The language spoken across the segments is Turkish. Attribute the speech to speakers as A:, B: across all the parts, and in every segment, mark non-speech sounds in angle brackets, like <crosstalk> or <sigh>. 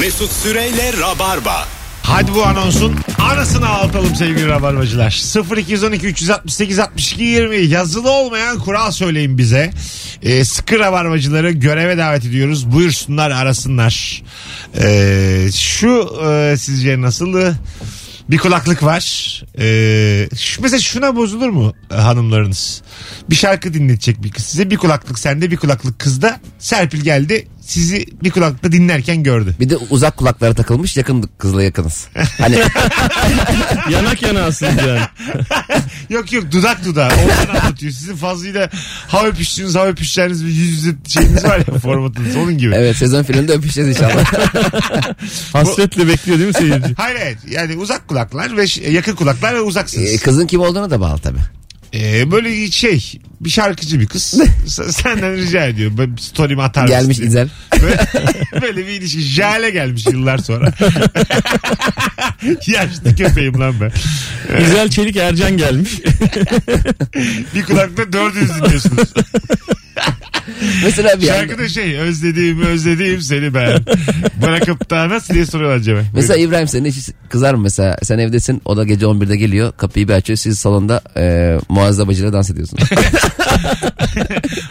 A: Mesut Süreyle Rabarba.
B: Hadi bu anonsun anasını ağlatalım sevgili rabarbacılar. 0212 368 62 20 yazılı olmayan kural söyleyin bize. Ee, sıkı rabarbacıları göreve davet ediyoruz. Buyursunlar arasınlar. Ee, şu e, sizce nasıldı? Bir kulaklık var. Ee, şu, mesela şuna bozulur mu e, hanımlarınız? Bir şarkı dinletecek bir kız size. Bir kulaklık sende bir kulaklık kızda. Serpil geldi sizi bir kulaklıkta dinlerken gördü.
C: Bir de uzak kulaklara takılmış yakın kızla yakınız.
D: <laughs>
C: Hani
D: Yanak yanasınız yani.
B: Yok yok dudak dudağa. Oradan anlatıyor. Sizin fazlıyla hava öpüştüğünüz hava öpüşeceğiniz bir yüz yüze şeyiniz var
D: <laughs>
B: ya formatınız onun gibi.
C: evet sezon filminde öpüşeceğiz inşallah.
D: Hasretle bekliyor değil mi seyirci?
B: <laughs> Hayır evet yani uzak kulaklar ve ş- yakın kulaklar ve
C: Ee,
B: uzaksınız.
C: kızın kim olduğuna da bağlı tabii.
B: Ee, böyle şey bir şarkıcı bir kız <laughs> S- senden rica ediyor. Ben story'mi atar mısın
C: Gelmiş
B: diye.
C: İzel.
B: Böyle, <laughs> böyle bir ilişki. Jale gelmiş yıllar
D: <laughs>
B: sonra. <laughs> Yaşlı köpeğim lan ben.
D: İzel Çelik Ercan gelmiş.
B: Bir kulakta dördünüz dinliyorsunuz.
C: <laughs> Mesela bir
B: Şarkı
C: yanda,
B: da şey özlediğim özlediğim seni ben. Bırakıp da nasıl diye soruyorlar Cem'e.
C: mesela İbrahim senin hiç kızar mı mesela? Sen evdesin o da gece 11'de geliyor kapıyı bir açıyor siz salonda e, muazzabacıyla dans
D: <laughs>
C: ediyorsunuz.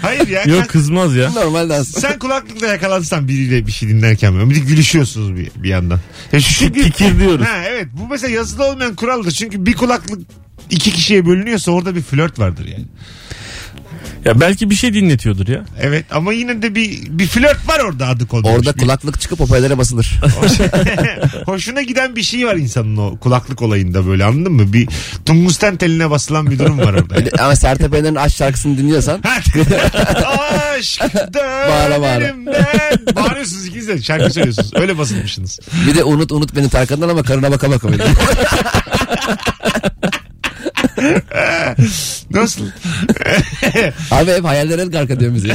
B: Hayır ya.
D: Yok kızmaz ya.
C: Normal dans.
B: Sen kulaklıkla yakalansan biriyle bir şey dinlerken böyle. Bir de gülüşüyorsunuz bir, bir yandan. Ya şu gül-
D: Kikir diyoruz.
B: Ha, evet bu mesela yazılı olmayan kuraldır. Çünkü bir kulaklık iki kişiye bölünüyorsa orada bir flört vardır yani.
D: Ya belki bir şey dinletiyordur ya.
B: Evet ama yine de bir bir flört var orada adı konulmuş.
C: Orada
B: Bir-
C: kulaklık çıkıp hoparlöre
D: <laughs>
C: basılır.
B: <laughs> Hoşuna giden bir şey var insanın o kulaklık olayında böyle anladın mı? Bir tungusten teline basılan bir durum var orada. yani.
C: Ama Sertab Erener'in aşk şarkısını dinliyorsan
B: <laughs> Aşk
C: Bağıra bağıra.
B: dönerim ben. <laughs> Bağırıyorsunuz ikiniz de şarkı söylüyorsunuz. Öyle basılmışsınız.
C: bir de unut unut beni Tarkan'dan ama karına baka baka
D: <laughs>
C: böyle.
B: Nasıl?
C: Abi hep hayallere el garka diyor bize.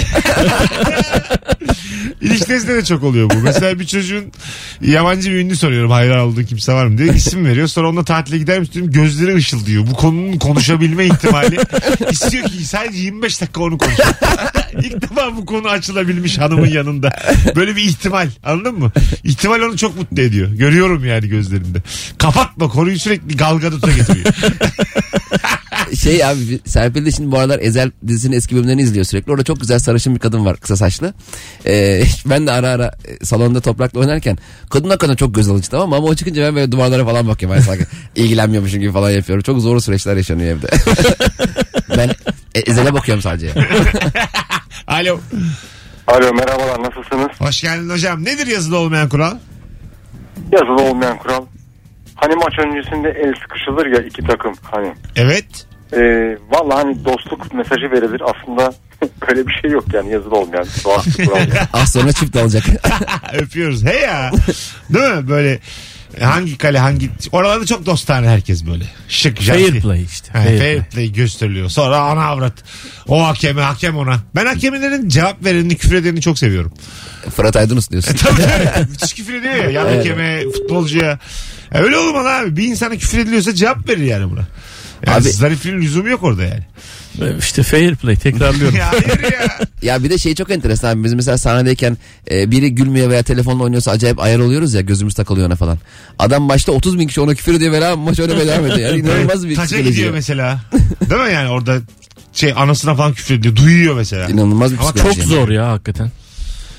B: İlişkisinde de çok oluyor bu. Mesela bir çocuğun yabancı bir ünlü soruyorum hayran olduğu kimse var mı diye isim veriyor. Sonra onunla tatile gider misin diyorum gözleri ışıldıyor. Bu konunun konuşabilme ihtimali istiyor ki sadece 25 dakika onu konuşalım. <laughs> İlk defa bu konu açılabilmiş hanımın yanında. Böyle bir ihtimal anladın mı? İhtimal onu çok mutlu ediyor. Görüyorum yani gözlerinde. Kapatma konuyu sürekli galgaduta getiriyor.
C: şey abi bir- Serpil de şimdi bu aralar Ezel dizisinin eski bölümlerini izliyor sürekli. Orada çok güzel sarışın bir kadın var kısa saçlı. Ee, <laughs> ben de ara ara e, salonda toprakla oynarken kadın hakikaten çok göz alıcı tamam mı? Ama o çıkınca ben böyle duvarlara falan bakıyorum. Yani sanki ilgilenmiyormuşum gibi falan yapıyorum. Çok zor süreçler yaşanıyor evde. ben e, Ezel'e bakıyorum sadece.
B: Alo.
E: Alo merhabalar nasılsınız?
B: Hoş geldin hocam. Nedir yazılı olmayan kural?
E: Yazılı olmayan kural. Hani maç öncesinde el sıkışılır ya iki takım hani.
B: Evet. <laughs>
E: E, Valla hani dostluk mesajı verilir aslında <laughs> öyle bir şey yok yani yazılı olmayan doğal bir kural.
C: Az Ah, sonra çift alacak. <laughs>
B: Öpüyoruz. He ya. Değil mi? Böyle e, hangi kale hangi... Oralarda çok dostane herkes böyle. Şık.
D: Fair
B: janti.
D: play işte.
B: Ha, fair,
D: Fair play.
B: play gösteriliyor. Sonra ana avrat. O hakeme, hakem ona. Ben hakemlerin cevap verenini, küfür edenini çok seviyorum.
C: Fırat Aydın diyorsun.
B: Tabii tabii. <laughs> Müthiş küfür ediyor ya. Yan hakeme, futbolcuya. Ya öyle olmalı abi. Bir insana küfür ediliyorsa cevap verir yani buna. Yani
C: Abi-
B: zarifliğin lüzumu yok orada yani.
D: İşte fair play
B: <laughs>
D: tekrarlıyorum.
B: Ya hayır ya.
C: Ya bir de şey çok enteresan abi. biz mesela sahnedeyken e, biri gülmüyor veya telefonla oynuyorsa acayip ayar oluyoruz ya gözümüz takılıyor ona falan. Adam başta 30 bin kişi ona küfür ediyor ve lan maç öyle devam ediyor. Yani inanılmaz bir
B: Taça
C: psikoloji.
B: gidiyor
C: ya.
B: mesela. <laughs> Değil mi yani orada şey anasına falan küfür ediyor. Duyuyor mesela.
C: İnanılmaz bir
B: Ama
C: psikoloji.
D: Çok zor ya hakikaten.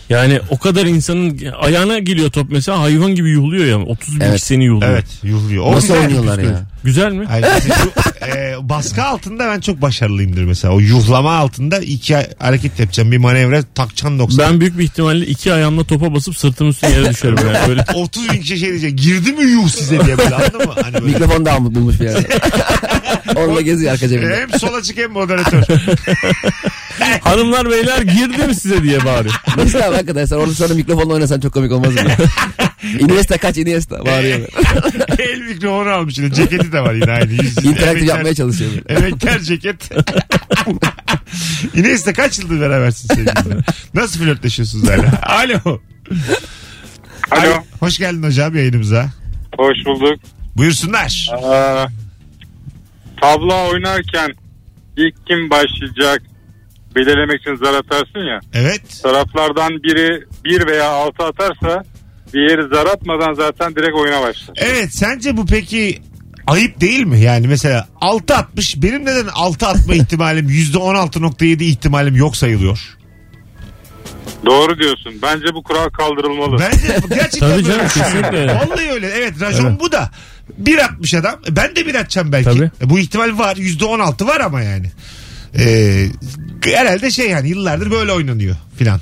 D: Yani o kadar insanın ayağına geliyor top mesela hayvan gibi yuhluyor ya. 30 bin
C: Evet.
D: kişi seni yuhluyor.
B: Evet yuhluyor. O
C: Nasıl
B: güzel.
C: oynuyorlar ya?
D: Güzel mi?
B: Hayır, mesela yu- e, baskı altında ben çok başarılıyımdır mesela. O yuhlama altında iki ha- hareket yapacağım. Bir manevra takacaksın 90.
D: Ben büyük bir ihtimalle iki ayağımla topa basıp sırtımın üstüne yere düşerim
B: <laughs>
D: yani böyle.
B: 30 bin kişi şey diyecek. Girdi mi yuh size diye böyle anladın mı? Hani böyle.
C: Mikrofon da mı bulmuş bir yerde? Onunla geziyor arka cebinde.
B: hem sol açık hem
C: <laughs>
B: moderatör.
D: Hanımlar beyler girdi mi size diye bağırıyor.
C: Mesela arkadaşlar orada sonra mikrofonla oynasan çok komik olmaz mı? Iniesta kaç Iniesta bağırıyor.
B: El mikrofonu almış yine. Ceketi de var yine aynı. Yüz-
C: İnteraktif
B: emekler-
C: yapmaya çalışıyor. böyle.
B: Emekler ceket. Yine kaç yıldır berabersin sevgilinle? Nasıl flörtleşiyorsunuz hala? Alo.
E: Alo
B: Hoş geldin hocam yayınımıza.
E: hoş bulduk.
B: Buyursunlar.
E: Ee, tabla oynarken ilk kim başlayacak belirlemek için zar atarsın ya.
B: Evet.
E: Taraflardan biri bir veya altı atarsa
F: bir yeri zar atmadan zaten direkt oyuna başlar.
B: Evet sence bu peki ayıp değil mi? Yani mesela 6 atmış benim neden 6 atma ihtimalim %16.7 ihtimalim yok sayılıyor.
F: Doğru diyorsun. Bence bu kural kaldırılmalı.
B: Bence bu gerçekten
D: Tabii
B: böyle
D: canım,
B: bir şey.
D: kesinlikle öyle.
B: Vallahi öyle. Evet racon
D: Evet.
B: bu da. Bir atmış adam. E, Ben de bir atacağım belki.
D: Tabii.
B: E, Bu ihtimal var. Yüzde on altı var ama yani. Ee, herhalde şey yani yıllardır böyle oynanıyor filan.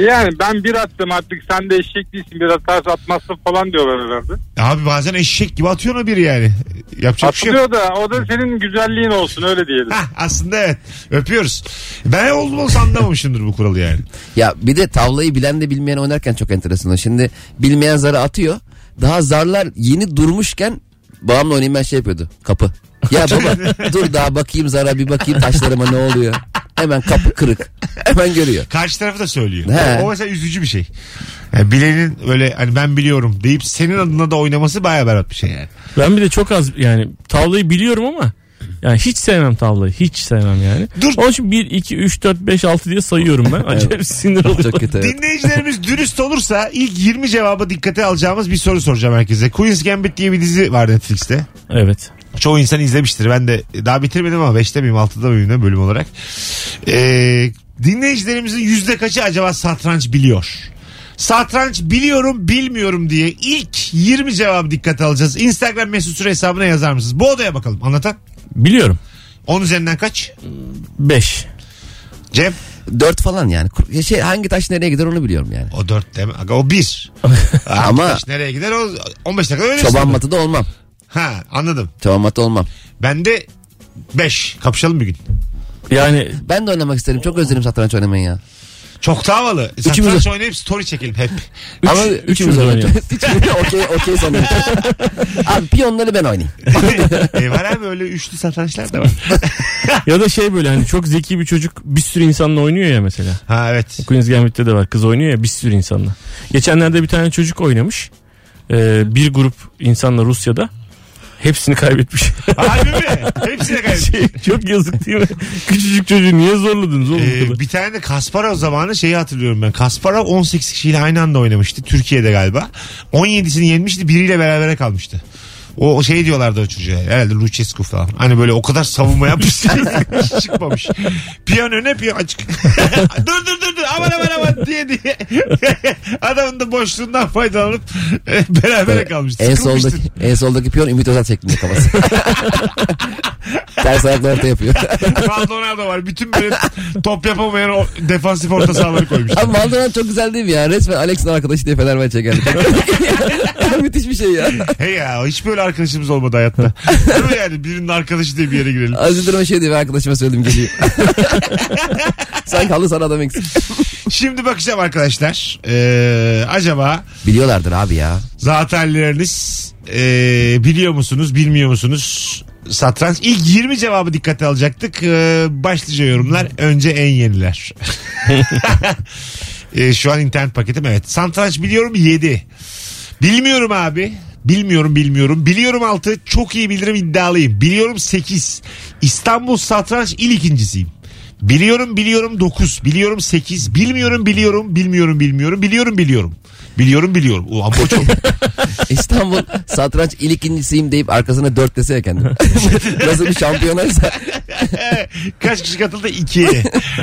F: Yani ben bir attım artık sen de eşek değilsin bir atarsa atmazsın falan diyorlar herhalde.
B: E, Abi bazen eşek gibi atıyor mu biri yani? Yapacak bir şey yok.
F: Atılıyor da o da senin güzelliğin olsun öyle diyelim.
B: Hah, aslında evet. Öpüyoruz. Ben oldum olsa anlamamışımdır bu kuralı yani.
C: Ya bir de tavlayı bilen de bilmeyen oynarken çok enteresan. Şimdi bilmeyen zarı atıyor. Daha zarlar yeni durmuşken babamla oynayayım ben şey yapıyordu. Kapı. Ya baba dur daha bakayım zara bir bakayım taşlarıma ne oluyor. Hemen kapı kırık. Hemen görüyor.
B: Karşı tarafı da söylüyor.
C: He.
B: O, o mesela üzücü bir şey. Yani bilenin öyle hani ben biliyorum deyip senin adına da oynaması baya berbat bir şey yani.
D: Ben bir de çok az yani tavlayı biliyorum ama yani hiç sevmem tavlayı. Hiç sevmem yani.
B: Dur.
D: Onun için 1, 2, 3, 4, 5, 6 diye sayıyorum ben. Acayip sinir
C: Çok
D: oluyorum.
C: kötü evet.
B: Dinleyicilerimiz dürüst olursa ilk 20 cevabı dikkate alacağımız bir soru soracağım herkese. Queen's Gambit diye bir dizi var Netflix'te.
D: Evet.
B: Çoğu insan izlemiştir. Ben de daha bitirmedim ama 5'te miyim 6'da mıyım ne bölüm olarak. Ee, dinleyicilerimizin yüzde kaçı acaba satranç biliyor? Satranç biliyorum bilmiyorum diye ilk 20 cevabı dikkate alacağız. Instagram mesut süre hesabına yazar mısınız? Bu odaya bakalım anlatan.
D: Biliyorum.
B: 10 üzerinden kaç?
D: 5.
B: Cem
C: Dört falan yani. Kur- Şey, hangi taş nereye gider onu biliyorum yani.
B: o 4 deme. Aga o 1.
C: Ama-
B: Ama nereye gider o 15 dakika öyle
C: Çoban matı da olmam.
B: Ha anladım.
C: Çoban matı olmam.
B: Ben de 5. Kapışalım bir gün.
D: Yani
C: Ben de oynamak isterim. Çok özledim satranç oynamayı ya.
B: Çok da havalı.
C: Üçümüz-
B: Satranç oynayıp story çekelim hep. <laughs>
D: üç,
C: Ama
D: üçümüz
C: üçümüz
D: oynuyor.
C: oynayacağız. <laughs> Üçümüz okey okey sanırım. Abi piyonları ben oynayayım.
B: e, var abi öyle üçlü satrançlar da var.
D: <laughs> ya da şey böyle hani çok zeki bir çocuk bir sürü insanla oynuyor ya mesela.
B: Ha evet.
D: Queen's Gambit'te de var. Kız oynuyor ya bir sürü insanla. Geçenlerde bir tane çocuk oynamış. Ee, bir grup insanla Rusya'da. Hepsini kaybetmiş. <laughs>
B: Harbi mi? Hepsine kaybettim.
D: Şey, çok yazık değil mi? Küçücük çocuğu niye zorladınız oğlum bu kadar?
B: Ee, bir tane de Kasparov zamanı şeyi hatırlıyorum ben. Kasparov 18 kişiyle aynı anda oynamıştı. Türkiye'de galiba. 17'sini yenmişti. Biriyle berabere kalmıştı. O o şey diyorlardı o çocuğa. Herhalde Luchescu falan. Hani böyle o kadar savunma yapmış. <laughs> hiç çıkmamış. Piyano ne piyano açık. <laughs> dur dur dur dur aman aman aman diye diye. <laughs> Adamın da boşluğundan faydalanıp e, berabere kalmıştı.
C: En
B: Sıkılmıştır.
C: soldaki, en soldaki piyon Ümit Özat şeklinde
D: <laughs>
C: kafası. Ters ayakla orta yapıyor. <laughs>
B: Maldonado var. Bütün böyle top yapamayan o defansif orta sahaları koymuş.
C: Abi Maldonado çok güzel değil mi ya? Resmen Alex'in arkadaşı diye Fenerbahçe'ye
D: <laughs>
C: geldi. Çok Müthiş bir şey ya.
B: Hey ya hiç böyle arkadaşımız olmadı hayatta. Değil mi yani birinin arkadaşı diye bir yere girelim.
C: Aziz Durma şey diye bir arkadaşıma söyledim
D: <laughs>
C: geliyor. Sanki halı sana adam eksik.
B: Şimdi bakacağım arkadaşlar. Ee, acaba
C: Biliyorlardır abi ya.
B: zatenleriniz ee, biliyor musunuz bilmiyor musunuz? Satranç. İlk 20 cevabı dikkate alacaktık. Ee, başlıca yorumlar. Önce en yeniler. <laughs> Ee, şu an internet paketim evet. Satranç biliyorum 7. Bilmiyorum abi. Bilmiyorum bilmiyorum. Biliyorum 6. Çok iyi bilirim iddialıyım. Biliyorum 8. İstanbul Satranç il ikincisiyim. Biliyorum biliyorum 9. Biliyorum 8. Bilmiyorum biliyorum bilmiyorum bilmiyorum. Biliyorum biliyorum. Biliyorum biliyorum. Ulan bu çok.
C: İstanbul satranç il ikincisiyim deyip arkasına dört dese ya
D: <laughs>
C: kendini. Nasıl bir şampiyonaysa.
B: Kaç kişi katıldı? 2. <laughs>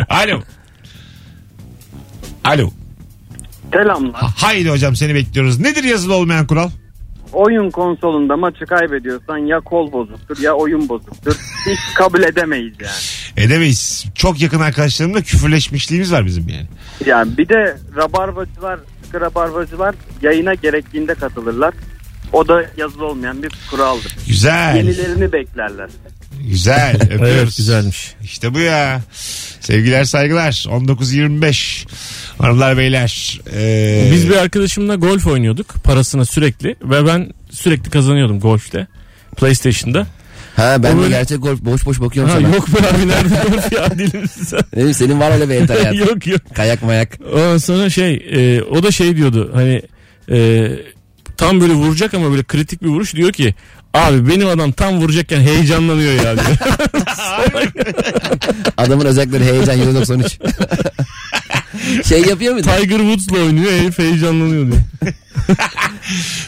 B: Alo. Alo.
G: Selamlar.
B: Ha- Haydi hocam seni bekliyoruz. Nedir yazılı olmayan kural?
G: Oyun konsolunda maçı kaybediyorsan ya kol bozuktur ya oyun bozuktur. Hiç kabul edemeyiz yani.
B: Edemeyiz. E Çok yakın arkadaşlarımla küfürleşmişliğimiz var bizim yani.
G: Yani bir de rabarbacılar, sıkı rabarbacılar yayına gerektiğinde katılırlar. O da yazılı olmayan bir kuraldır.
B: Güzel.
G: Yenilerini beklerler.
D: <laughs>
B: Güzel. Öpüyoruz.
D: Evet güzelmiş.
B: İşte bu ya. Sevgiler saygılar. 19.25. Hanımlar beyler. Ee,
D: Biz bir arkadaşımla golf oynuyorduk parasına sürekli ve ben sürekli kazanıyordum golfte. PlayStation'da.
C: Ha
D: O
C: ben de
D: böyle-
C: gerçek golf boş boş bakıyorum
D: Ha,
C: sana.
D: yok be abi nerede golf ya deli misin sen?
C: Ne bileyim, Senin var öyle bir yeter hayatım.
D: <laughs> yok yok.
C: Kayak mayak.
D: Ondan sonra şey e, o da şey diyordu hani e, tam böyle vuracak ama böyle kritik bir vuruş diyor ki abi benim adam tam vuracakken heyecanlanıyor ya <laughs> diyor.
B: <laughs>
C: Adamın özellikleri heyecan 193. Şey yapıyor muydu?
D: Tiger Woods'la oynuyor herif heyecanlanıyor diyor.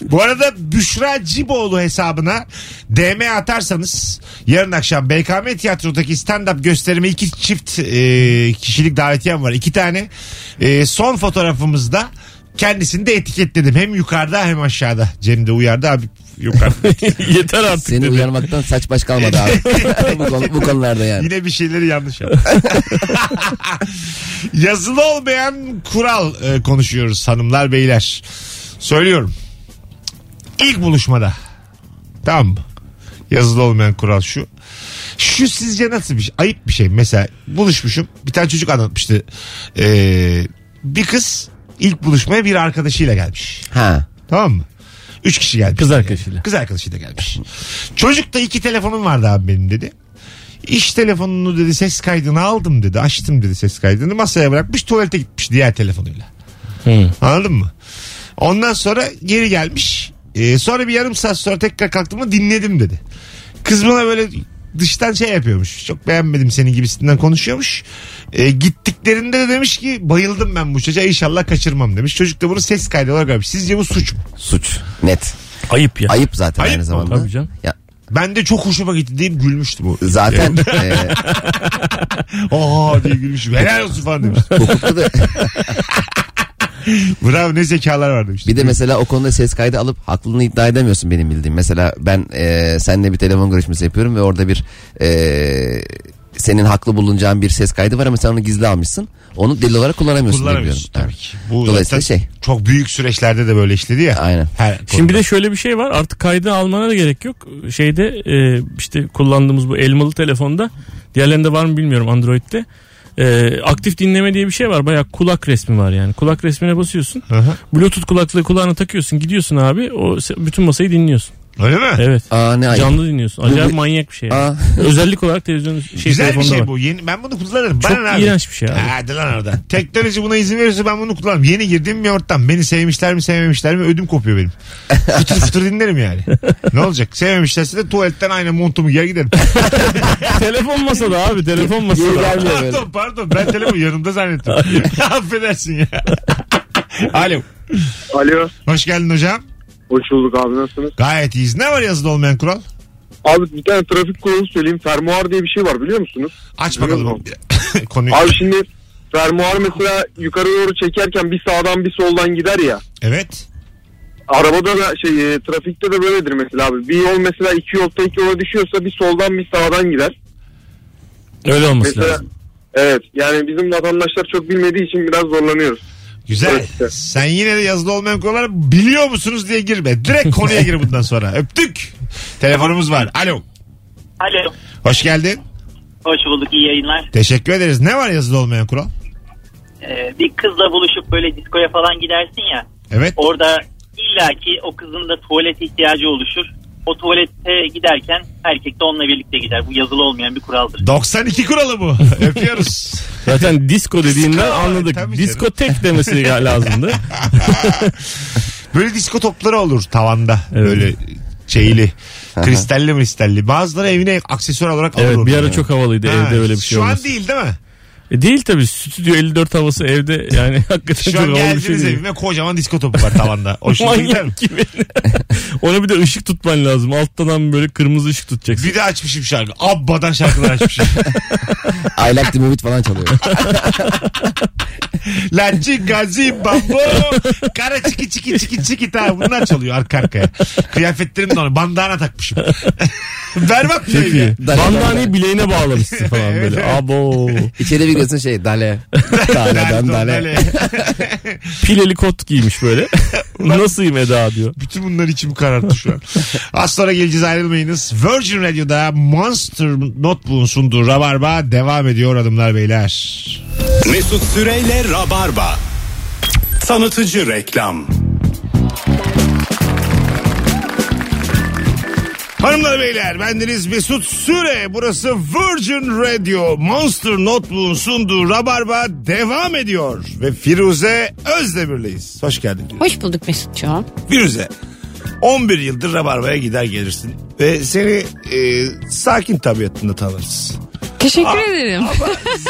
B: Bu arada Büşra Ciboğlu hesabına DM atarsanız yarın akşam BKM Tiyatro'daki stand-up gösterime iki çift e, kişilik davetiyem var. İki tane. E, son fotoğrafımızda kendisini de etiketledim. Hem yukarıda hem aşağıda. Cem de uyardı abi yukarıda.
D: <laughs> Yeter artık
C: Seni
D: dedi.
C: uyarmaktan saç baş kalmadı abi.
B: <laughs>
C: bu, konu- bu konularda yani.
B: Yine bir şeyleri yanlış yaptı. <laughs> Yazılı olmayan kural e, konuşuyoruz hanımlar beyler. Söylüyorum. İlk buluşmada. Tamam mı? Yazılı olmayan kural şu. Şu sizce nasıl bir şey? Ayıp bir şey. Mesela buluşmuşum. Bir tane çocuk anlatmıştı. Ee, bir kız ilk buluşmaya bir arkadaşıyla gelmiş.
C: Ha.
B: Tamam mı? Üç kişi gelmiş.
D: Kız arkadaşıyla.
B: Kız arkadaşıyla gelmiş. Çocuk da iki telefonum vardı abi benim dedi. İş telefonunu dedi ses kaydını aldım dedi. Açtım dedi ses kaydını. Masaya bırakmış tuvalete gitmiş diğer telefonuyla.
D: Hı.
B: Anladın mı? Ondan sonra geri gelmiş. Ee, sonra bir yarım saat sonra tekrar kalktığımda dinledim dedi. Kız bana böyle dıştan şey yapıyormuş. Çok beğenmedim seni gibisinden konuşuyormuş. Ee, gittiklerinde de demiş ki bayıldım ben bu çocuğa inşallah kaçırmam demiş. Çocuk da bunu ses kaydı olarak vermiş. Sizce bu suç mu?
C: Suç. Net.
D: Ayıp ya.
C: Ayıp zaten
B: Ayıp
C: aynı
B: mı?
C: zamanda.
D: Tabii canım.
C: Ya,
B: Ben de çok hoşuma gitti deyip gülmüştüm o.
C: zaten
B: Şey-
C: e,
B: Aa diye gülmüşüm. Helal olsun falan demiş.
C: hukukta da
B: Bravo ne zekalar var demiş.
C: bir de mesela o konuda ses kaydı alıp haklılığını iddia edemiyorsun benim bildiğim. Mesela ben e, seninle bir telefon görüşmesi yapıyorum ve orada bir e, senin haklı bulunacağın bir ses kaydı var ama sen onu gizli almışsın. Onu delil olarak kullanamıyorsun. diye
B: Kullanamıyorsun
C: biliyorum.
B: tabii
C: Evet.
B: ki. Bu
C: Dolayısıyla
B: zaten
C: şey.
B: Çok büyük süreçlerde de böyle işledi ya.
C: Aynen.
B: Her
D: Şimdi bir de şöyle bir şey var artık kaydı almana da gerek yok. Şeyde e, işte kullandığımız bu elmalı telefonda diğerlerinde var mı bilmiyorum Android'de. E, aktif dinleme diye bir şey var bayağı kulak resmi var yani kulak resmine basıyorsun
B: Hı hı.
D: bluetooth kulaklığı kulağına takıyorsun gidiyorsun abi o se- bütün masayı <laughs> dinliyorsun
B: Öyle mi?
D: evet
C: Aa ne ayıp.
D: canlı dinliyorsun acayip
C: bu-
D: manyak bir şey yani.
C: Aa,
D: özellik olarak televizyon şey
B: Güzel bir
D: telefonda
B: şey
D: var.
B: bu. Yeni, ben bunu kullanırım.
D: Çok
B: Bana ne abi?
D: iğrenç bir şey abi.
B: Hadi lan oradan. Teknoloji buna izin verirse ben bunu kullanırım. Yeni girdiğim bir ortam. Beni sevmişler mi sevmemişler mi ödüm kopuyor benim. Fıtır fıtır dinlerim
C: <laughs>
B: yani. Ne olacak? Sevmemişlerse de tuvaletten aynı montumu giyer giderim.
D: <laughs> telefon masada abi telefon
C: geri
D: masada.
C: gelmiyor böyle.
B: pardon pardon. Ben telefonu yanımda zannettim. <laughs> Affedersin ya. Alo.
F: Alo.
B: Hoş geldin hocam.
F: Hoş bulduk abi nasılsınız?
B: Gayet iyiyiz. Ne var yazılı olmayan kural?
F: Abi bir tane trafik kuralı söyleyeyim. Fermuar diye bir şey var biliyor musunuz?
B: Aç bakalım. <laughs> Konuyu.
F: Abi şimdi fermuar mesela yukarı doğru çekerken bir sağdan bir soldan gider ya.
B: Evet.
F: Arabada da şey e, trafikte de böyledir mesela abi. Bir yol mesela iki yolda iki yola düşüyorsa bir soldan bir sağdan gider.
D: Öyle olması
F: Mesela
D: lazım.
F: evet yani bizim vatandaşlar çok bilmediği için biraz zorlanıyoruz.
B: Güzel.
F: Evet.
B: Sen yine de yazılı olmayan kurallara biliyor musunuz diye girme. Direkt konuya gir bundan
F: <laughs>
B: sonra. Öptük. Telefonumuz var. Alo.
H: Alo.
B: Hoş geldin.
H: Hoş bulduk iyi yayınlar.
B: Teşekkür ederiz. Ne var yazılı olmayan kural?
H: Ee, bir kızla buluşup böyle diskoya falan gidersin ya.
B: Evet.
H: Orada illaki o kızın da tuvalet ihtiyacı oluşur. O tuvalete giderken erkek de onunla birlikte gider. Bu yazılı olmayan bir kuraldır.
B: 92 kuralı
F: <laughs>
B: bu. Öpüyoruz.
D: Zaten disco dediğinden
B: Disco,
D: anladık.
B: tabii canım.
D: Diskotek
B: <laughs>
D: demesi lazımdı.
B: Böyle disko topları olur tavanda. Böyle şeyli. Kristalli kristalli. Bazıları evine aksesuar olarak alır.
D: Evet
B: onu.
D: bir ara çok havalıydı
B: Ha,
D: evde öyle bir şey
B: Şu
D: olması.
B: an değil değil
D: <laughs>
B: mi?
D: E değil tabii stüdyo 54 havası evde yani <laughs> hakikaten
B: Şu
D: çok
B: an
D: havalı bir şey
B: geldiniz
D: değil.
B: evime kocaman disko topu var
D: <laughs>
B: tavanda. Hoşuna gider mi?
D: Manyak gibi. <laughs> Ona bir de ışık tutman lazım. Alttan böyle kırmızı ışık tutacaksın.
B: Bir de açmışım şarkı. Abba'dan şarkılar
D: <laughs>
B: açmışım.
C: I like the movie falan çalıyor.
B: Lancı gazi bambo. Kara çiki çiki çiki çiki. Ta. Bunlar çalıyor arka arkaya. Kıyafetlerim de ona. Bandana takmışım. <laughs> Berbat bir şey. ya.
D: Peki. Bandaneyi bileğine bağlamışsın falan
B: Evet,
D: böyle. Abo.
C: İçeri bir giriyorsun şey dale.
B: <laughs>
C: Dale'den
B: Dale,
C: dale.
B: dale.
D: Pileli kot
B: <laughs>
D: giymiş böyle. Nasılım Eda diyor.
B: Bütün bunlar içimi kararttı şu an. Az sonra geleceğiz ayrılmayınız. Virgin Radio'da Monster Notebook'un sunduğu Rabarba devam ediyor adımlar beyler.
A: Mesut Süreyle Rabarba. Tanıtıcı reklam.
B: Hanımlar beyler bendeniz Mesut Süre. Burası Virgin Radio Monster Notebook'un sunduğu Rabarba devam ediyor. Ve Firuze Özdemir'leyiz. Hoş geldin. Firuze.
I: Hoş bulduk Mesut'cuğum.
B: Firuze 11 yıldır Rabarba'ya gider gelirsin. Ve seni e, sakin tabiatında tanırız.
I: Teşekkür ederim.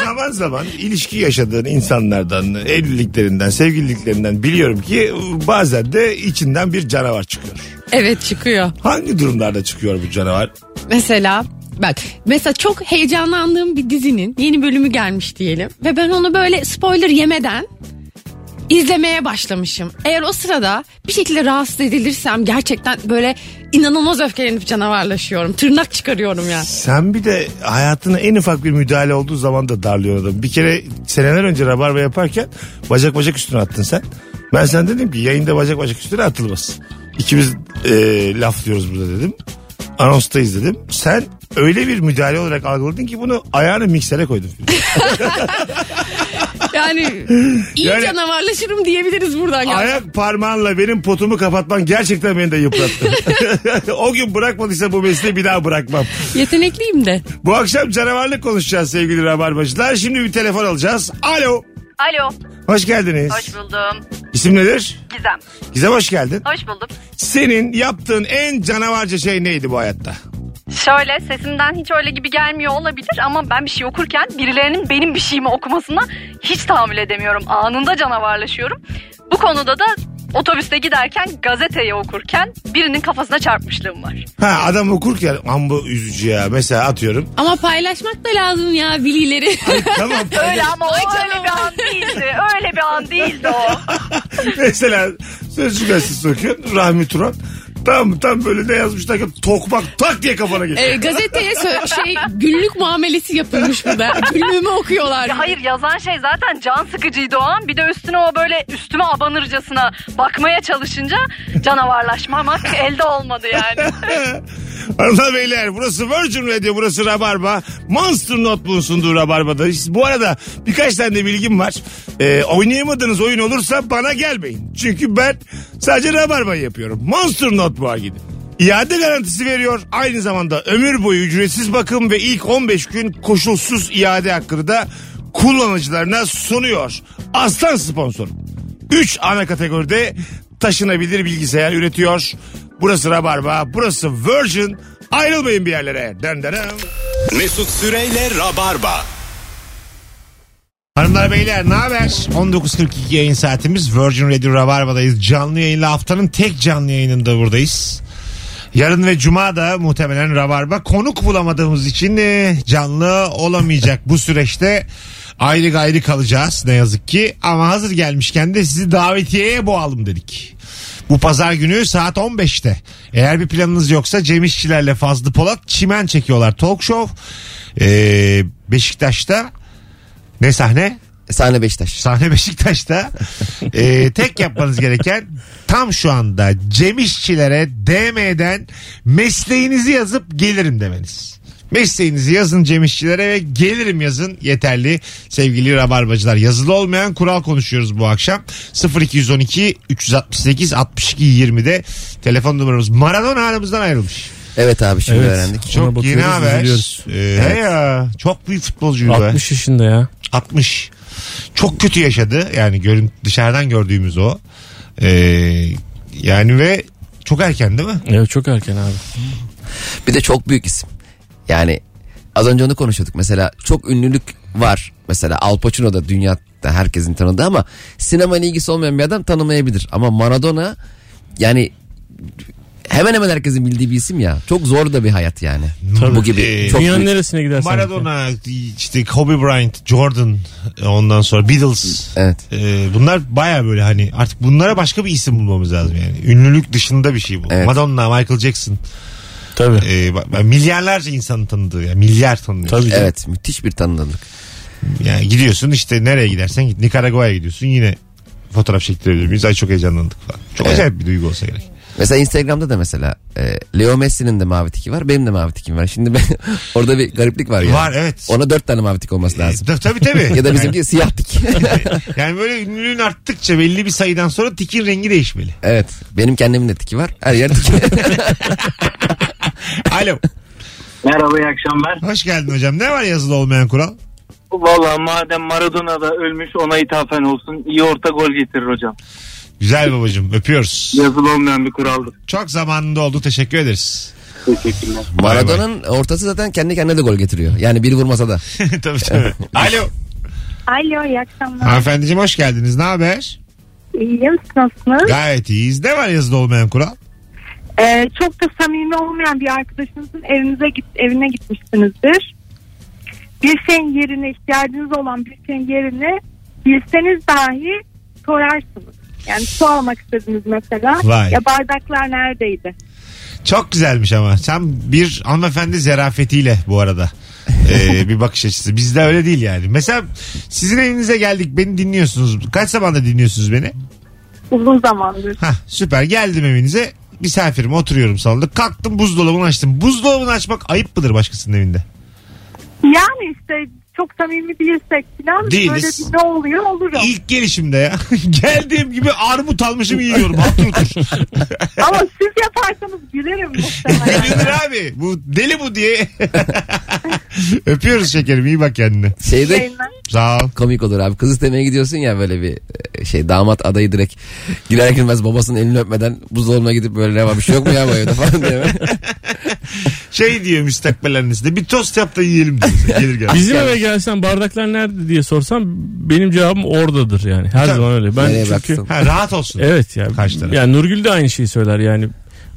B: zaman zaman ilişki yaşadığın insanlardan, evliliklerinden, sevgililiklerinden biliyorum ki bazen de içinden bir canavar çıkıyor.
I: Evet çıkıyor.
B: Hangi durumlarda çıkıyor bu canavar?
I: Mesela bak mesela çok heyecanlandığım bir dizinin yeni bölümü gelmiş diyelim ve ben onu böyle spoiler yemeden izlemeye başlamışım. Eğer o sırada bir şekilde rahatsız edilirsem gerçekten böyle inanılmaz öfkelenip canavarlaşıyorum. Tırnak çıkarıyorum ya.
B: Sen bir de hayatına en ufak bir müdahale olduğu zaman da darlıyor adam. Bir kere seneler önce rabarba yaparken bacak bacak üstüne attın sen. Ben sen dedim ki yayında bacak bacak üstüne atılmaz. İkimiz e, laf diyoruz burada dedim. Anonstayız dedim. Sen öyle bir müdahale olarak algıladın ki bunu ayağını miksere koydun.
I: Yani iyi
B: Yani-
I: canavarlaşırım diyebiliriz buradan. gerçekten.
B: Ayak parmağınla benim potumu kapatman gerçekten beni de yıprattı. o gün bırakmadıysa bu mesleği bir daha bırakmam.
I: Yetenekliyim de.
B: Bu akşam canavarlık konuşacağız sevgili rabarbacılar. Şimdi bir telefon alacağız. Alo.
J: Alo,
B: Hoş geldiniz.
J: hoş buldum.
B: İsim nedir?
J: Gizem,
B: Gizem hoş geldin.
J: hoş bulduk.
B: Senin yaptığın en canavarca şey neydi bu hayatta?
J: Şöyle sesimden hiç öyle gibi gelmiyor olabilir ama ben bir şey okurken birilerinin benim bir şeyimi okumasına hiç tahammül edemiyorum. Anında canavarlaşıyorum. Bu konuda da otobüste giderken gazeteyi okurken birinin kafasına çarpmışlığım var.
B: Ha adam okurken "Aman bu üzücü ya. Mesela
J: <laughs>
B: atıyorum.
I: Ama paylaşmak da lazım ya bilgileri.
B: tamam.
I: <laughs>
J: Öyle ama o öyle bir an değildi. Öyle bir an değildi o.
B: <laughs> Mesela sözcük gazetesi okuyorsun. Rahmi Turan. Tam tam böyle ne yazmış takım tokmak tak diye kafana geçiyor.
I: E, gazeteye sö- şey günlük muamelesi yapılmış burada. Günlüğümü okuyorlar.
J: Ya hayır yazan şey zaten can sıkıcıydı o an. Bir de üstüne o böyle üstüme abanırcasına bakmaya çalışınca canavarlaşmamak elde olmadı yani.
B: Hanımlar beyler burası Virgin Radio burası Rabarba. Monster Notebook'un sunduğu Rabarba'da. Bu arada birkaç tane de bilgim var. Ee, oynayamadığınız oyun olursa bana gelmeyin. Çünkü ben sadece Rabarba'yı yapıyorum. Monster Notebook'a gidin. İade garantisi veriyor. Aynı zamanda ömür boyu ücretsiz bakım ve ilk 15 gün koşulsuz iade hakkını da kullanıcılarına sunuyor. Aslan sponsorum. 3 ana kategoride taşınabilir bilgisayar üretiyor. Burası Rabarba, burası Virgin. Ayrılmayın bir yerlere. Den den den.
A: Mesut Süreyle Rabarba.
B: Hanımlar beyler ne haber? 19.42 yayın saatimiz Virgin Radio Rabarba'dayız. Canlı yayınla haftanın tek canlı yayınında buradayız. Yarın ve Cuma da muhtemelen Rabarba konuk bulamadığımız için e, canlı olamayacak bu süreçte. Ayrı gayrı kalacağız ne yazık ki ama hazır gelmişken de sizi davetiyeye boğalım dedik. Bu pazar günü saat 15'te. Eğer bir planınız yoksa Cem İşçilerle Fazlı Polat çimen çekiyorlar talk show. Ee, Beşiktaş'ta ne sahne?
C: Sahne Beşiktaş.
B: Sahne Beşiktaş'ta. Ee, tek yapmanız gereken tam şu anda Cem İşçilere DM'den mesleğinizi yazıp gelirim demeniz. Mesleğinizi yazın Cem İşçilere ve gelirim yazın yeterli sevgili rabarbacılar. Yazılı olmayan kural konuşuyoruz bu akşam. 0212 368 62 20'de telefon numaramız. Maradona aramızdan ayrılmış.
C: Evet abi şimdi öğrendik.
D: Ona
B: Çok yeni
D: bakıyoruz,
B: haber.
D: üzülüyoruz.
B: Ee, he ya, çok büyük futbolcuydu. be.
D: 60 yaşında ya.
B: 60. Çok kötü yaşadı. Yani görün, dışarıdan gördüğümüz o. Ee, yani ve çok erken değil mi?
D: Evet çok erken abi.
C: Bir de çok büyük isim. Yani az önce onu konuşuyorduk. Mesela çok ünlülük var. Mesela Al Pacino da dünyada herkesin tanıdığı ama sinema ilgisi olmayan bir adam tanımayabilir. Ama Maradona yani hemen hemen herkesin bildiği bir isim ya. Çok zor da bir hayat yani. Bu gibi
B: Ee,
C: çok
D: Dünyanın
C: büyük.
D: neresine gidersen.
B: Maradona, işte Kobe Bryant, Jordan, ondan sonra Beatles.
C: Evet.
B: Ee, bunlar baya böyle hani artık bunlara başka bir isim bulmamız lazım yani. Ünlülük dışında bir şey bu.
C: Evet.
B: Madonna, Michael Jackson.
D: Tabii.
B: Ee, bak- bak milyarlarca insanı tanıdığı. şey. Yani milyar tanınıyor.
D: Tabii.
C: Evet müthiş bir tanıdık.
B: Yani gidiyorsun işte nereye gidersen git. Nikaragua'ya gidiyorsun yine fotoğraf çektirebilir miyiz? Ay çok heyecanlandık falan. Çok
C: Evet.
B: acayip bir duygu olsa gerek.
C: Mesela Instagram'da da mesela e, Leo Messi'nin de mavi tiki var. Benim de mavi tikim var. Şimdi ben <laughs> orada bir gariplik var yani.
B: Var, evet.
C: Ona dört tane mavi tik olması lazım.
B: E, tabii tabii.
C: <laughs> ya da bizimki siyah tik.
B: yani, <laughs> yani böyle ünlülüğün arttıkça belli bir sayıdan sonra tikin rengi değişmeli.
C: evet. Benim kendimin de tiki var. Her yer tiki.
B: <laughs> Alo.
G: Merhaba iyi akşamlar.
B: Hoş geldin hocam. Ne var yazılı olmayan kural?
E: Valla madem Maradona da ölmüş ona ithafen olsun. iyi orta gol getirir hocam.
B: Güzel babacığım. Öpüyoruz.
E: Yazılı olmayan bir kuraldır.
B: Çok zamanında oldu. Teşekkür ederiz. <laughs>
E: Teşekkürler.
C: Maradona'nın ortası zaten kendi kendine de gol getiriyor. Yani biri vurmasa da.
B: tabii
C: <laughs>
B: tabii. Alo.
K: <laughs> Alo iyi akşamlar.
B: Hanımefendiciğim hoş geldiniz. Ne haber?
K: İyiyim siz nasılsınız?
B: Gayet iyiyiz. Ne var yazılı olmayan kural?
K: Ee, çok da samimi olmayan bir arkadaşınızın evinize git, evine gitmişsinizdir. Bir şeyin yerine ihtiyacınız olan bir şeyin yerine bilseniz dahi sorarsınız. Yani su almak istediniz mesela.
B: Vay.
K: Ya bardaklar neredeydi?
B: Çok güzelmiş ama. Sen bir hanımefendi zerafetiyle bu arada. Ee, bir bakış açısı. Bizde öyle değil yani. Mesela sizin evinize geldik. Beni dinliyorsunuz. Kaç zamanda dinliyorsunuz beni?
K: Uzun zamandır.
B: Hah süper. Geldim evinize. Misafirim oturuyorum salonda. Kalktım buzdolabını açtım. Buzdolabını açmak ayıp mıdır başkasının evinde?
K: Yani işte çok samimi değilsek falan böyle
B: Değiliz.
K: bir şey ne oluyor olurum.
B: İlk gelişimde ya. <laughs> Geldiğim gibi armut almışım yiyorum. Hatır otur.
K: Ama siz yaparsanız gülerim muhtemelen.
B: Nedir abi? Bu deli bu diye. <laughs> Öpüyoruz şekerim. iyi bak kendine.
C: Şeyde
I: Şey-
B: Sağ ol.
C: komik olur abi. Kız istemeye gidiyorsun ya böyle bir e, şey damat adayı direkt girer girmez babasının elini öpmeden buzdolabına gidip böyle ne var bir şey yok mu ya bu evde falan diye.
B: Şey diyor müstakbel annesi de bir tost yap da yiyelim diyor. Gelir gelmez.
D: Bizim eve gelsen bardaklar nerede diye sorsam benim cevabım oradadır yani. Her
B: Tabii.
D: zaman öyle. Ben
C: Nereye
D: çünkü
C: baksın?
B: Ha, rahat olsun.
D: evet ya.
B: Kaç taraf.
D: Yani Nurgül de aynı şeyi söyler yani.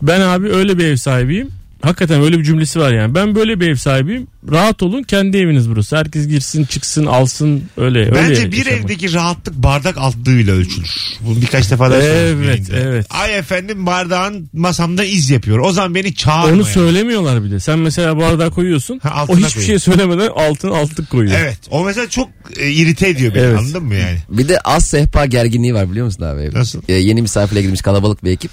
D: Ben abi öyle bir ev sahibiyim. Hakikaten öyle bir cümlesi var yani. Ben böyle bir ev sahibiyim. Rahat olun kendi eviniz burası. Herkes girsin çıksın alsın öyle. öyle
B: Bence bir
D: yaşamak.
B: evdeki rahatlık bardak altlığıyla ölçülür. Bunu birkaç defa daha söyledim
D: Evet,
B: yayında.
D: evet.
B: Ay efendim bardağın masamda iz yapıyor. O zaman beni çağırma.
D: Onu
B: yani.
D: söylemiyorlar bir de. Sen mesela bardağa koyuyorsun.
B: Ha, altına
D: o hiçbir
B: koyuyor.
D: şey söylemeden altın altlık koyuyor.
B: Evet. O mesela çok e, irite ediyor beni
D: Evet.
B: anladın mı yani?
C: Bir de az sehpa gerginliği var biliyor musun abi? evde?
B: Nasıl?
C: E, yeni misafire girmiş kalabalık bir ekip.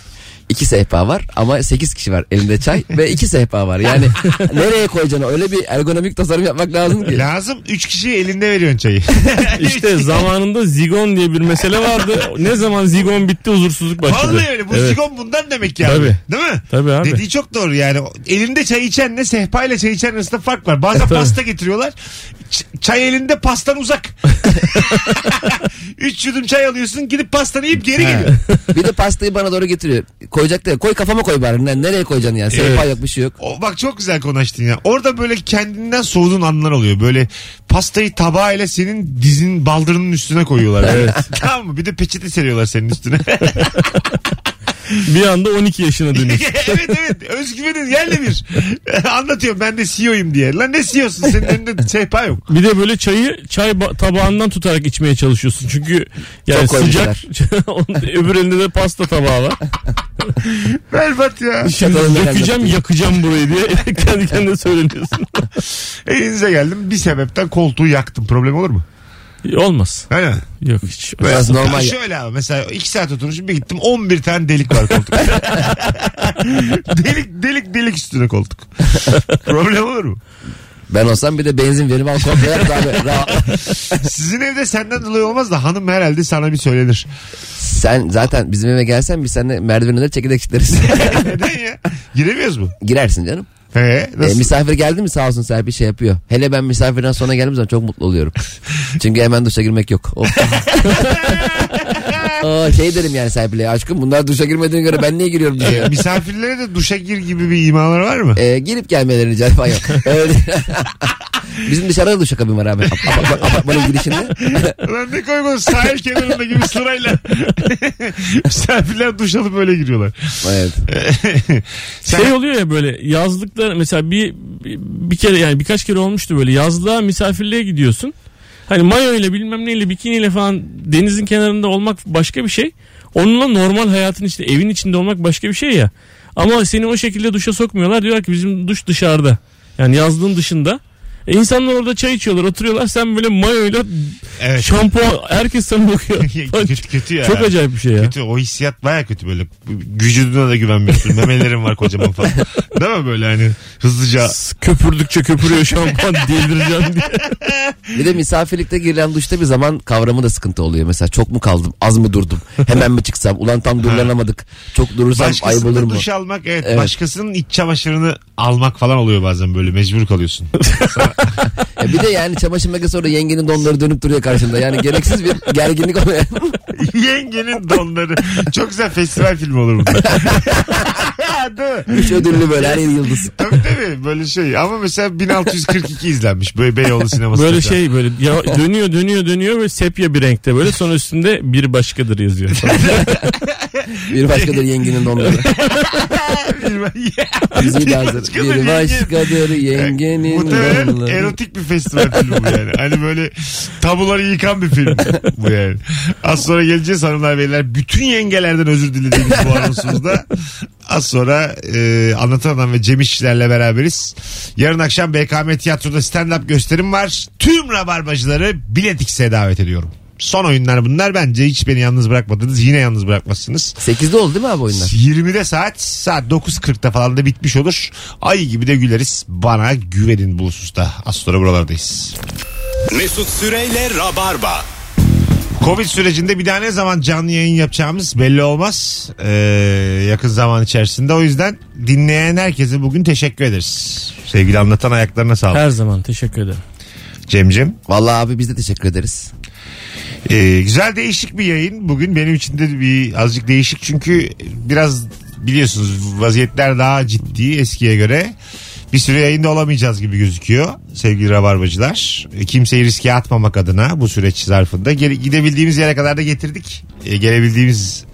C: İki sehpa var ama sekiz kişi var elinde çay ve iki sehpa var. Yani nereye koyacağını öyle bir ergonomik tasarım yapmak lazım ki.
B: Lazım 3 kişi elinde veriyorsun çayı. <laughs>
D: İşte zamanında zigon diye bir mesele vardı. Ne zaman zigon bitti huzursuzluk başladı.
B: Vallahi öyle. Bu
D: Evet.
B: zigon bundan demek yani.
D: Tabii.
B: Değil mi?
D: Tabii abi.
B: Dediği çok doğru yani. Elinde çay içenle sehpayla çay içen arasında fark var. Bazen
D: E, tabii.
B: pasta getiriyorlar. Ç- çay elinde pastan
D: <laughs>
B: uzak. Üç yudum çay alıyorsun gidip pastanı yiyip geri geliyor.
C: Bir de pastayı bana doğru getiriyor. Koyacak da koy kafama koy bari. Ne- Nereye koyacaksın yani? Sehpa yok bir şey yok.
B: O, bak çok güzel konuştun ya. Orada böyle kendinden soğuduğun anlar oluyor. Böyle pastayı tabağıyla senin dizin baldırının üstüne koyuyorlar. Evet. <laughs> tamam mı? Bir de peçete seriyorlar senin üstüne.
D: Bir anda 12 yaşına dönüyorsun.
B: <laughs> evet evet özgüvenin yerle bir. <laughs> Anlatıyorum ben de CEO'yum diye. Lan ne CEO'sun senin önünde sehpa yok.
D: Bir de böyle çayı çay ba- tabağından tutarak içmeye çalışıyorsun. Çünkü yani
C: Çok koymuşlar.
D: sıcak. <laughs> Onun- Öbür elinde de pasta tabağı var.
B: Berbat ya.
D: Şimdi
C: Şatalın herhalde
D: dökeceğim yakacağım burayı diye <laughs> kendi kendine söyleniyorsun.
B: E, Elinize geldim bir sebepten koltuğu yaktım problem olur mu?
D: Olmaz.
B: Öyle mi?
D: Yok hiç.
C: Biraz
B: Ben-
C: normal.
B: Ben şöyle abi mesela 2 saat oturmuşum bir gittim 11 tane delik var koltukta. <laughs> delik delik delik üstüne koltuk. <laughs> problem olur mu?
C: Ben olsam bir de benzin verim al komple yap da abi. Rahat.
B: Sizin evde senden dolayı olmaz da hanım herhalde sana bir söylenir. <laughs>
C: Sen zaten bizim eve gelsen biz seninle merdivenlere çekirdek çitleriz.
B: Neden ya? Giremiyoruz mu?
C: Girersin canım.
B: He,
C: E,
B: nasıl?
C: misafir geldi mi sağ olsun sahibi şey yapıyor. Hele ben misafirden sonra geldiğim zaman çok
B: <laughs>
C: mutlu oluyorum. Çünkü hemen duşa girmek yok. Of. Aa, şey derim yani sahibiyle aşkım bunlar duşa girmediğine göre ben niye giriyorum
B: E,
C: duşa?
B: misafirlere de duşa gir gibi bir imaları var mı?
C: E, girip gelmeleri rica falan yok.
B: <laughs>
C: Öyle- <laughs> Bizim dışarıda duşa kabin var abi. Ap- ap- ap- Apartmanın girişinde.
B: Ulan ne koygun sahil kenarında gibi sırayla. <laughs> Misafirler duş alıp öyle giriyorlar.
C: evet.
B: Sen-
D: Şey oluyor ya böyle yazlıklar mesela bir bir kere yani birkaç kere olmuştu böyle yazlığa misafirliğe gidiyorsun. Hani mayo ile bilmem neyle bikiniyle falan denizin kenarında olmak başka bir şey. Onunla normal hayatın işte evin içinde olmak başka bir şey ya. Ama seni o şekilde duşa sokmuyorlar. Diyorlar ki bizim duş dışarıda. Yani yazlığın dışında. E insanlar orada çay içiyorlar, oturuyorlar. Sen böyle mayo ile
B: Evet.
D: şampuan herkes sana bakıyor.
B: <laughs> kötü, kötü <laughs> ya.
D: Çok acayip bir şey ya.
B: Kötü o hissiyat baya kötü böyle. Vücuduna da güvenmiyorsun. Memelerin var kocaman falan. Değil mi böyle hani hızlıca.
D: Köpürdükçe köpürüyor şampuan <laughs> delireceğim diye.
C: Bir de misafirlikte girilen duşta bir zaman kavramı da sıkıntı oluyor. Mesela çok mu kaldım az mı durdum hemen mi çıksam ulan tam durulanamadık. Çok durursam ayıp olur
B: Başkasının
C: mu?
B: duş almak evet,
C: Evet.
B: Başkasının iç çamaşırını almak falan oluyor bazen böyle. Mecbur kalıyorsun.
C: E bir de yani çamaşır makinesi orada yengenin donları dönüp duruyor karşında. Yani gereksiz bir gerginlik oluyor. <laughs>
B: Yengenin donları. Çok güzel festival filmi olur bunda. Değil mi?
C: Üç ödüllü böyle her yeri yıldız.
B: Tabii tabii böyle şey ama mesela 1642 izlenmiş böyle Beyoğlu sineması.
D: Böyle şey böyle ya, <laughs> dönüyor dönüyor dönüyor ve sepya bir renkte böyle sonra üstünde bir başkadır yazıyor. <laughs> falan.
C: Bir başkadır yengenin donları. Bizi de hazır.
B: başkadır
C: Bir
B: yengenin-
C: başkadır yengenin
B: Muhtemelen
C: donları.
B: erotik bir festival filmi bu yani. Hani böyle tabuları yıkan bir film bu yani. Az sonra geleceğiz hanımlar beyler. Bütün yengelerden özür dilediğimiz bu anonsumuzda. Az sonra e, Anlatan Adam ve Cem İşçilerle beraberiz. Yarın akşam BKM Tiyatro'da stand-up gösterim var. Tüm rabarbacıları Bilet X'e davet ediyorum. Son oyunlar bunlar. Bence hiç beni yalnız bırakmadınız. Yine yalnız bırakmazsınız.
C: 8'de oldu değil mi abi oyunlar?
B: 20'de saat saat 9.40'da falan da bitmiş olur. Ay gibi de güleriz. Bana güvenin bu hususta. Az sonra buralardayız.
A: Mesut Süreyle Rabarba.
B: Covid sürecinde bir daha ne zaman canlı yayın yapacağımız belli olmaz. Ee, yakın zaman içerisinde. O yüzden dinleyen herkese bugün teşekkür ederiz. Sevgili anlatan ayaklarına sağlık.
D: Her zaman teşekkür ederim.
B: Cemcim.
C: Vallahi abi biz de teşekkür ederiz.
B: Ee, güzel değişik bir yayın. Bugün benim için de bir azıcık değişik çünkü biraz biliyorsunuz vaziyetler daha ciddi eskiye göre. Bir süre yayında olamayacağız gibi gözüküyor sevgili rabarbacılar. E, Kimseyi riske atmamak adına bu süreç zarfında geri- gidebildiğimiz yere kadar da getirdik. E, gelebildiğimiz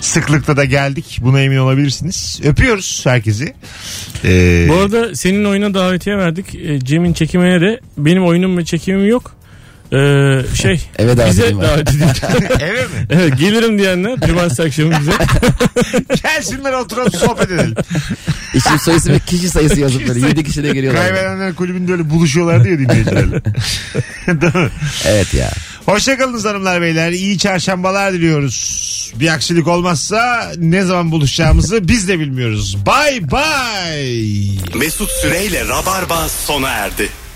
B: sıklıkta da geldik. Buna emin olabilirsiniz. Öpüyoruz herkesi. E,
C: Ee,
D: Bu arada senin oyuna davetiye verdik. E, Cem'in çekimine de benim oyunum ve çekimim yok. E, şey
C: Eve davet
D: bize
C: edeyim abi.
D: davet ediyor.
B: <laughs>
C: <laughs>
B: eve mi?
D: <laughs> evet, gelirim diyenler cumartesi akşamı bize.
B: Gelsinler oturalım sohbet edelim.
C: İsim sayısı ve kişi sayısı yazıp böyle 7 kişide geliyorlar.
B: Kaybedenler kulübünde öyle buluşuyorlardı ya dinleyicilerle. Değil mi?
C: Evet ya.
B: Hoşçakalınız hanımlar beyler. İyi çarşambalar diliyoruz. Bir aksilik olmazsa ne zaman buluşacağımızı biz de bilmiyoruz. Bay bay.
A: Mesut Süreyle Rabarba sona erdi.